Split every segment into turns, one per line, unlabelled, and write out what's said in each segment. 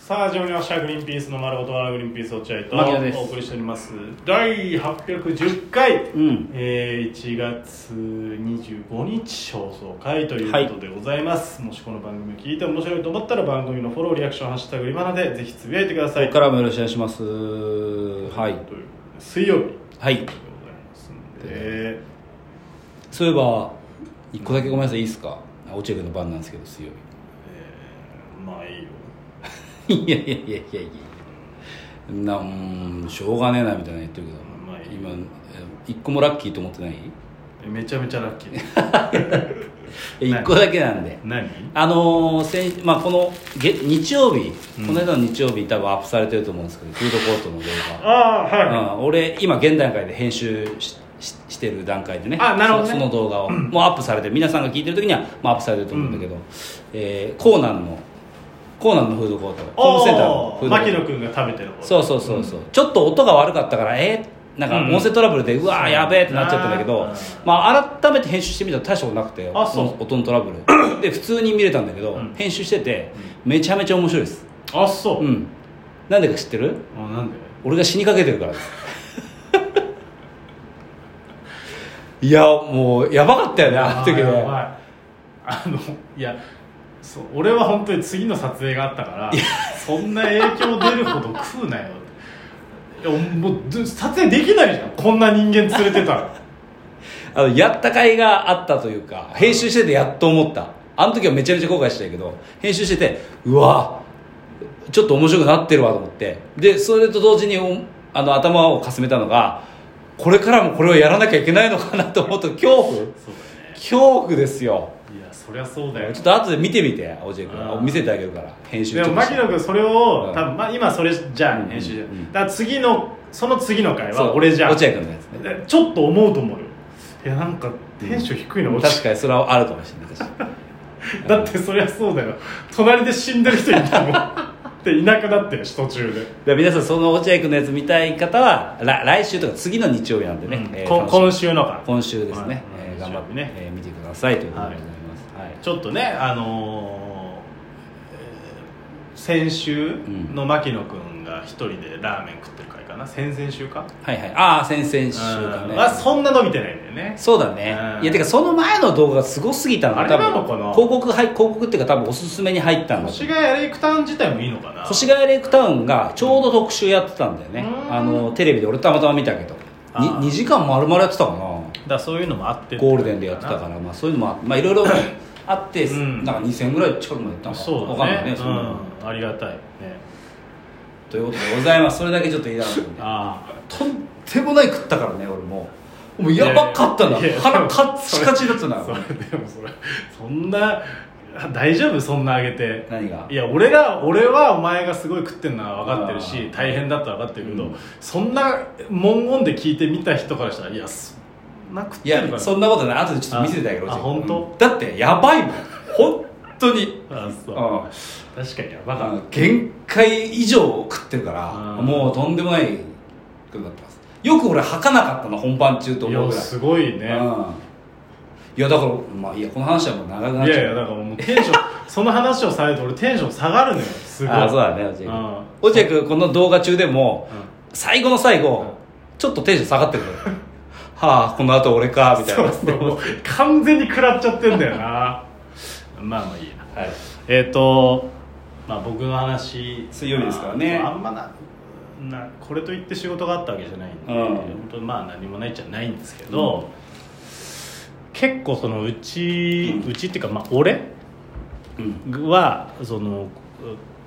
さあ始まりましたグリーンピースの丸ごと笑うグリーンピース落合
牧野です
とお送りしております第810回、
うん
えー1月25日放送回ということでございます、もしこの番組を聞いて面白いと思ったら番組のフォローリアクション「ハッシュタグリバナ」でぜひつぶやいてください
ここからもよろしくお願いしますはい
ということで水曜日
はい
でございますんで
そういえば一個だけごめんなさいいいですか落合君の番なんですけど水曜
まあいいよ
日 いやいやいやいやいやなうーんしょうがねえなみたいなの言ってるけど、
まあいい
今え一個もラッキーと思ってない
えめちゃめちゃラッキ ー
え
ない
一個だけなんで
何
あのー先まあ、この月日曜日、
うん
この間の日曜日多分アップされてると思うんですけどフードコートの動
あ
画
あはい、
うん、俺今現段階で編集しししてる段階でね
あなるほどね
そその動 画をもうアップされてる皆さんが聞いてる時にはもうアップされてると思うんだけど、えーコーナンのコーナンのフードコートホームセンターのフードコ
牧
ー
野
ト
君が食べてる
そうそうそうそう、ちょっと音が悪かったからえーなんか
うん
音声トラブルで、うわ
そ
ー
う
やべえってなっちゃったんだけど
あー
まあ、改めて編集してみたら大したことなくて
あそう
音のトラブ ルで普通に見れたんだけど、
うん
編集しててめちゃめちゃ面白いです
うあそう、
うんなんでか知ってる
あなんで
俺が死にかけてるからですいやもうやばかったよねあの時
や
は
ばいあのいやそう俺は本当に次の撮影があったからそんな影響出るほど食うなよいやもうず撮影できないじゃんこんな人間連れてた ら
あのやった甲斐があったというか編集しててやっと思ったあの時はめちゃめちゃ後悔したけど編集しててうわちょっと面白くなってるわと思ってでそれと同時におあの頭をかすめたのがこれからもこれをやらなきゃいけないのかなと思うと恐怖
そうだ
恐怖ですよ
ねいやそりゃそうだよ
ちょっと後で見てみておじい君
うん
見せてあげるから編集
で
ちょ
も
っと
牧野君それを、
うん
多分まあ、今それじゃん、
うん
編集じゃん、
うん
だから次のその次の回
そう
は俺じゃん
落合君のやつね
でちょっと思うと思うよいやなんかテンション低いの、落ち
確かにそれはあるかもしれない確か に
だってそりゃそうだよ隣で死んでる人いた もんでいなくなってるし途中で、
で皆さんその落合君のやつ見たい方はら来週とか次の日曜日なんでね、えー
こ
楽しみ
今週のか
今週です
はい
ね、えー
日曜日
頑張って、
ね
えー見てくださいということでございます、はい
ちょっとねあのーえー先週の牧野君が一人でラーメン食ってる回かな先々週か
はいはいああ先々週かね
うんはそんな伸びてないんだよね
そうだね
うん
いやてかその前の動画がすごすぎたの
あれなのかな
多分広告入広告っていうか多分おすすめに入ったんだと思う
星ヶ谷レイクタウン自体もいいのかな
越谷レイクタウンがちょうど特集やってたんだよね
うん
あのテレビで俺たまたま見たけど
あー
2, 時間丸々やってたかな
だからそういうのもあって
ゴールデンでやってたから、まあ、そういうのもあまあいろいろ あって、
うん
なんか2000ぐらい近くまでいったのかな
そうだね
わかんないね、そんなの
うん、ありがたいね
ということでございますそれだけちょっと言いながらね
ああ
とんでもない食ったからね俺ももうやばかったない
やいや
腹カッチカチだったな
それでもそれそんなあ大丈夫そんなあげて
何が
いや俺ら俺はお前がすごい食ってるのは分かってる
あ
し
ー
大変だったら分かってるけど、
うん
そんな文言で聞いてみた人からしたらいやそんな食っ
い
てるから
やそんなことない後でちょっと見せてあげろ
ああ本当
だってやばいもん本当に
あそう
あ
確かにやばかっ
限界以上食ってるから
あー
もうとんでもないことになってますよく俺吐かなかったの本番中と
たい
思
や
うぐらい
すごいね
うんいやだからまあいいやこの話はもう長くなっ
い
ちゃ
や
う
いやだからもうテ ンションその話をされると俺テンション下がるのよすごい
あーそうだね落
う
合
ん
君落合君この動画中でも、
うん
最後の最後、
うん
ちょっとテンション下がってるのよ はあこの後俺かみたい
そう
な
そうもう完全に食らっちゃってんだよなまあまあいいや
はい、
えっ、とまあ僕の話
水曜日ですからね
まあ、あんまななこれといって仕事があったわけじゃないんで、
うん
本当にまあ何もないっちゃないんですけど、結構そのうち、
う
うちっていうかまあ俺
うん
はその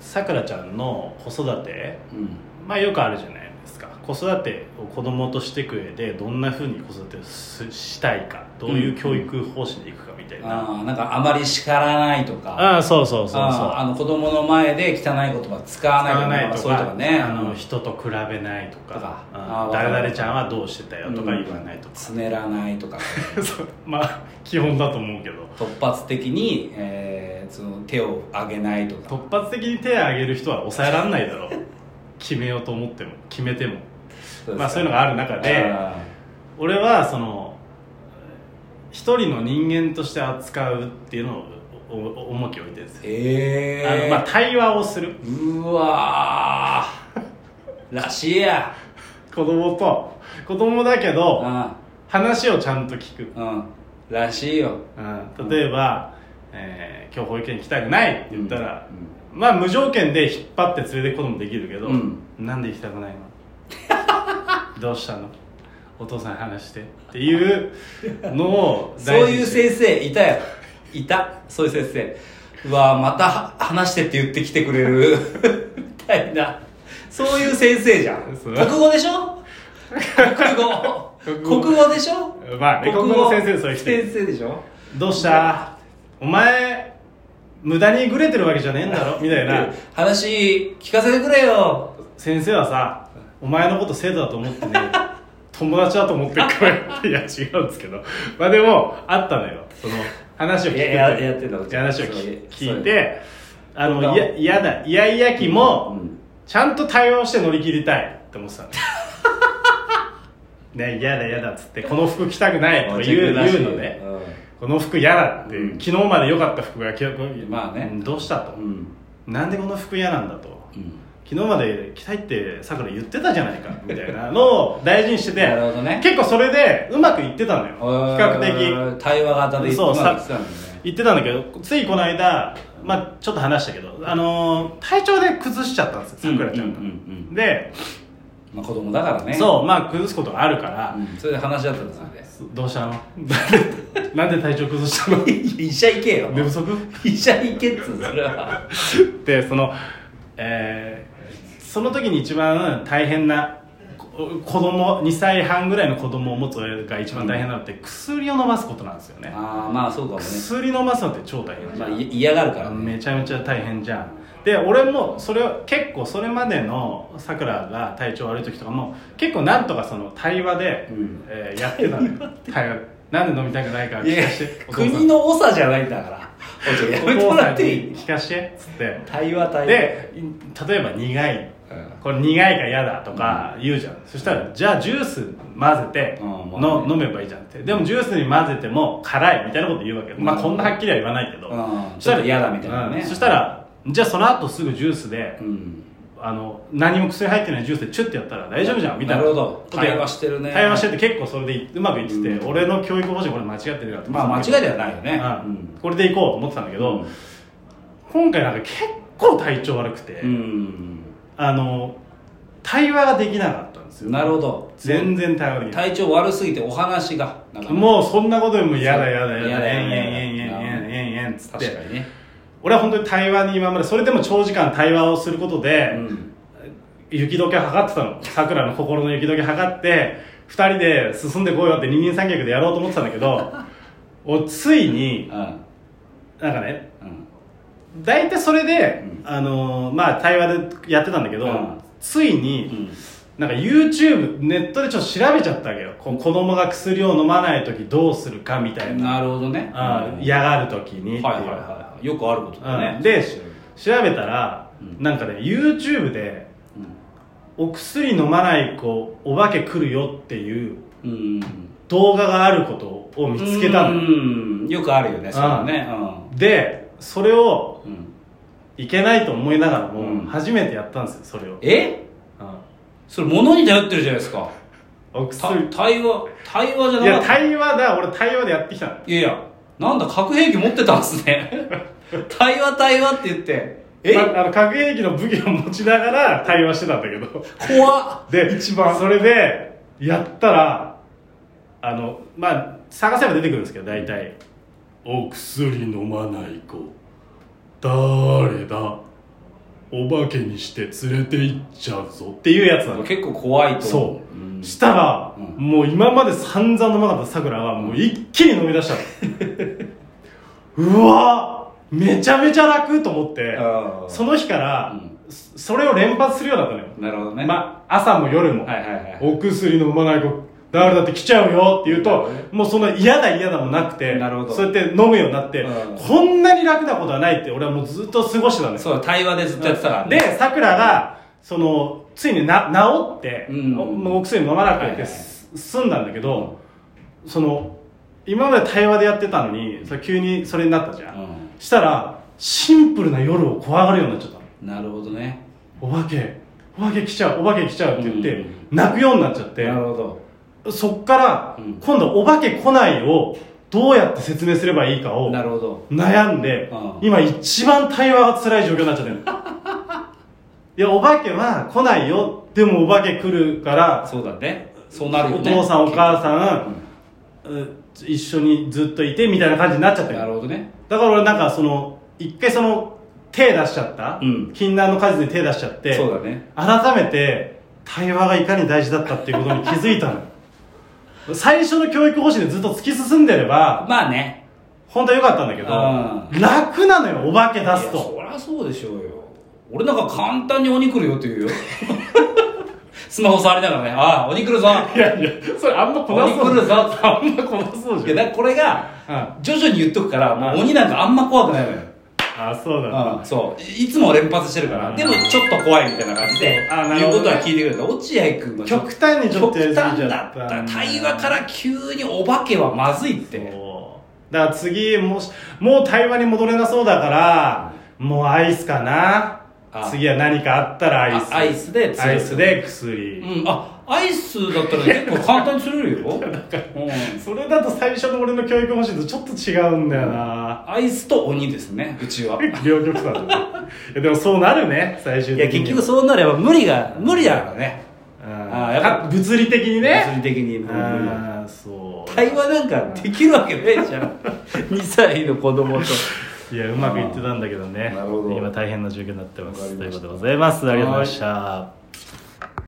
さくらちゃんの子育て
うん、
まあよくあるじゃないですか子育てを子供としていく上でどんなふうに子育てをすしたいかどういう教育方針でいくかみたいな、
ああなんかあまり叱らないとか
ああそうそうそうそう
ああの子供の前で汚い言葉使わ
使わ
な
ないい
とか
と
そういう
か
とかね
あの
うん
人と比べないと
と
か
か
うん
あー
誰
わか
々
る
ちゃんはどうしてたよとか言わないとか、
つねらないとか
そうまあ基本だと思うけど
突発的に、えーその手を挙げないとか
突発的に手を挙げる人は抑えられないだろう決めようと思っても決めてもまあそういうのがある中で
あ
俺はその一人の人間として扱うっていうのをお重きを置いてるんですよ、
ええ
あのまあ、対話をする
うわーらしいや
子供と子供だけど、
う
話をちゃんと聞く、
んうんらしいよ
うん、例えば、えー今日保育園行きたくない」って言ったら、まあ無条件で引っ張って連れて行くこともできるけど、
うん
なんで行きたくないの どうしたのお父さんに話してっていうのを
そういう
せい
先生いたよいたそういう先生うわーまたは話してって言ってきてくれるみたいなそういう先生じゃん
そう
国語でしょ国語
国語
国語でしょ
まあね国語の先生そういう人
先生でしょ
どうしたお前無駄にグレてるわけじゃねえんだろみたいな
話聞かせてくれよ
先生はさお前のこと生徒だと思ってね 友達だと思ってくれっていや違うんですけどまあでもあったのよその話を聞い
い
て
やややってたの
話を
そういう
聞聞い
そう
てあ
そんな
のいや嫌だいやいや期も、
うん
ちゃんと対応して乗り切りたいって思ってたのよ ね嫌だ嫌だっつってこの服着たく ないとか言う
らしい
言うのね
う
この服嫌だって、
うん
昨日まで良かった服が今日
まあね
うんどうしたと、
んうん
なんでこの服嫌なんだと、
うん
昨日まで着たいってさくら言ってたじゃない かみたいなのを大事にしてて
なるほどね
結構それでうまくいってたのよ比較的
的対話型で
そう
うまくいってたんだね
言ってたんだけどついこの間、まあ、ちょっと話したけど、あのー体調で崩しちゃったんですよさくらちゃんが、
うんうんうんうん
で、
まあ、子供だからね
そうまあ崩すことがあるから、
うんそれで話し合ったんですよね
どうしたの なんで体調崩した の
医者行けよ
寝不足
医者行けっつうそれは
でそのえーその時に一番大変なこ子供2歳半ぐらいの子供を持つ親が一番大変なのって薬を飲ますことなんですよね
ああまあそうかもね、
薬飲ますのって超大変じ
ま
ゃ
あ、
ん
い嫌がるからね
めちゃめちゃ大変じゃんで俺もそれを結構それまでのさくらが体調悪い時とかも結構なんとかその対話で、
うん
えーやってたのよ対話なんで飲みたくないから
い
聞
や
かしてお父さん
国の長じゃないんだからお嬢やめてもらって
お父さん
いい
に聞かしてっつって
対話対話
で例えば苦い
うん
これ苦いから嫌だとか言うじゃん、そしたらじゃあジュース混ぜて
うん
の、
まあね
飲めばいいじゃんってでもジュースに混ぜても辛いみたいなこと言うわけ、まあこんなはっきりは言わないけど、
うん
そした
ちょっ
ら
と嫌だみたいなね
うんそしたらじゃあその後すぐジュースで、
うん
あの何も薬入ってないジュースでチュッてやったら大丈夫じゃんみたいな
なるほど対話してるね
対話してて結構それでうまくいってて、
うん
俺の教育方針これ間違ってるなと思
まあ
って
間違いではないよね
うんこれでいこうと思ってたんだけど、今回なんか結構体調悪くて、
うん、
あの対話ができなかったんです
うん、
よ
なるほど
全然対話できない
体調悪すぎてお話がなかなか
もうそんなことでも嫌だ嫌だ嫌
嫌
だ
だ
えん
嫌だ
えんえんえんえんえんえんえんっつっ
確か
て
にね、
俺は本当に対話に今までそれでも長時間対話をすることで、
うん、
雪解け測ってたのさくらの心の雪解け測って2人で進んでこうよって二人三脚でやろうと思ってたんだけどおついに
うん
なんかね
うん
大体それで、
うん
あのーまあ対話でやってたんだけど、
うん
ついに、なんか YouTube ネットでちょっと調べちゃったわけよこう子供が薬を飲まない時どうするかみたいな
なるほどね
あ
うん
嫌がる時にっていう、
はいはいはいよくあることだね、
うんで調べたら、
うん
なんかね YouTube でお薬飲まない子お化け来るよっていう
うん、うん、
動画があることを見つけた
う
の
んよくあるよねそういうのね
でそれを
うん、うん、
いけないと思いながらも、
うん
初めてやったんですよそれを、
え
うん
それ物に頼ってるじゃないですか
お
た
薬
対話対話じゃ
い
なか
や
ったい
対話だ俺対話でやってきたの
やいやなんだ核兵器持ってたんすね対話対話って言ってえ、
まあの核兵器の武器を持ちながら対話してたんだけど
怖っ
で一番それでやったらあのまあ探せば出てくるんですけど大体「お薬飲まない子誰だお化けにして連れて行っちゃうぞ」っていうやつなの
結構怖いと
そ
思
う、
ん
したら、
うん
もう今まで散々飲まなかったさくらはもう一気に飲み出したのうわめちゃめちゃ楽と思って
あー
その日から、
うん
そそれを連発するようになったのよ
なるほどね
まあ、朝も夜も、
はいはいはい
お薬飲まない子誰だって来ちゃうよって言う
なるほ
と
どね
もうその嫌だ嫌だもなくて
なるほど
そうやって飲むようになって、
うん
こんなに楽なことはないって俺はもうずっと過ごしてたんですよ
そう対話でずっとやってたからね
でさくらがそのついにな治って、
うん
おもうお薬飲まなくて、
はいはい
す済んだんだけどその今まで対話でやってたのにそれ急にそれになったじゃん、
うん
したらシンプルな夜を怖がるようになっちゃったの
なるほどね
お化けお化け来ちゃうお化け来ちゃうって言って、
うん
泣くようになっちゃって
ほど
そっから
うん
今度お化け来ないをどうやって説明すればいいかを
なるほど
悩んで
うん
今一番対話が辛い状況になっちゃって るいやお化けは来ないよでもお化け来るから
そうだねそうなるよ
お
ね
父さんお母さん、うん一緒にずっといてみたいな感じになっちゃってる
なるほどね
だから俺なんかその一回その手出しちゃった、
うん
禁断の果実に手出しちゃって
そうだね
改めて対話がいかに大事だったっていうことに気づい たの最初の教育方針でずっと突き進んでれば
まあね
本当は良かったんだけ
う
ど楽なのよお化け出す
いや
と
そりゃそうでしょうよ俺なんか簡単に鬼来るよって言うよ スマホ触りながらね「ああ鬼来るぞ」
いやいやそれあんま
鬼来るぞ
あんまこなそう
いやだからこれが
ん
徐々に言っとくからもう
うん
鬼なんかあんま怖くないのよ
あそうだ
うんそういつも連発してるから
うん
でもちょっと怖いみたいな感じで
あなる
言
ほ
う
ど
ことは聞いてくれるんだ落合君は
極端にちょっとやり
極
すぎち
端
ゃ
だっ
った
た対話から急にお化けはまずいって
そうだから次もしもう対話に戻れなそうだからもうアイスかな
あ
次は何かあったらアイス
あアイスで
アイスで薬、
うんあアイスだったら結構簡単に釣れ るようん
それだと最初の俺の教育方針とちょっと違うんだよな、
アイスと鬼ですねうちは
両極端だ ねいやでもそうなるね最終
いや
的に
結局そうなれば無理が無理だからね
うん
あーやっぱ
か物理的にね
物理的に無理
ああそう
対話なんかできるわけないじゃん 2歳の子供と
いやうまくいってたんだけどね
なるほど
今大変な状況になってます
わかり
という
ま
こ
した
とでございますありがとうございました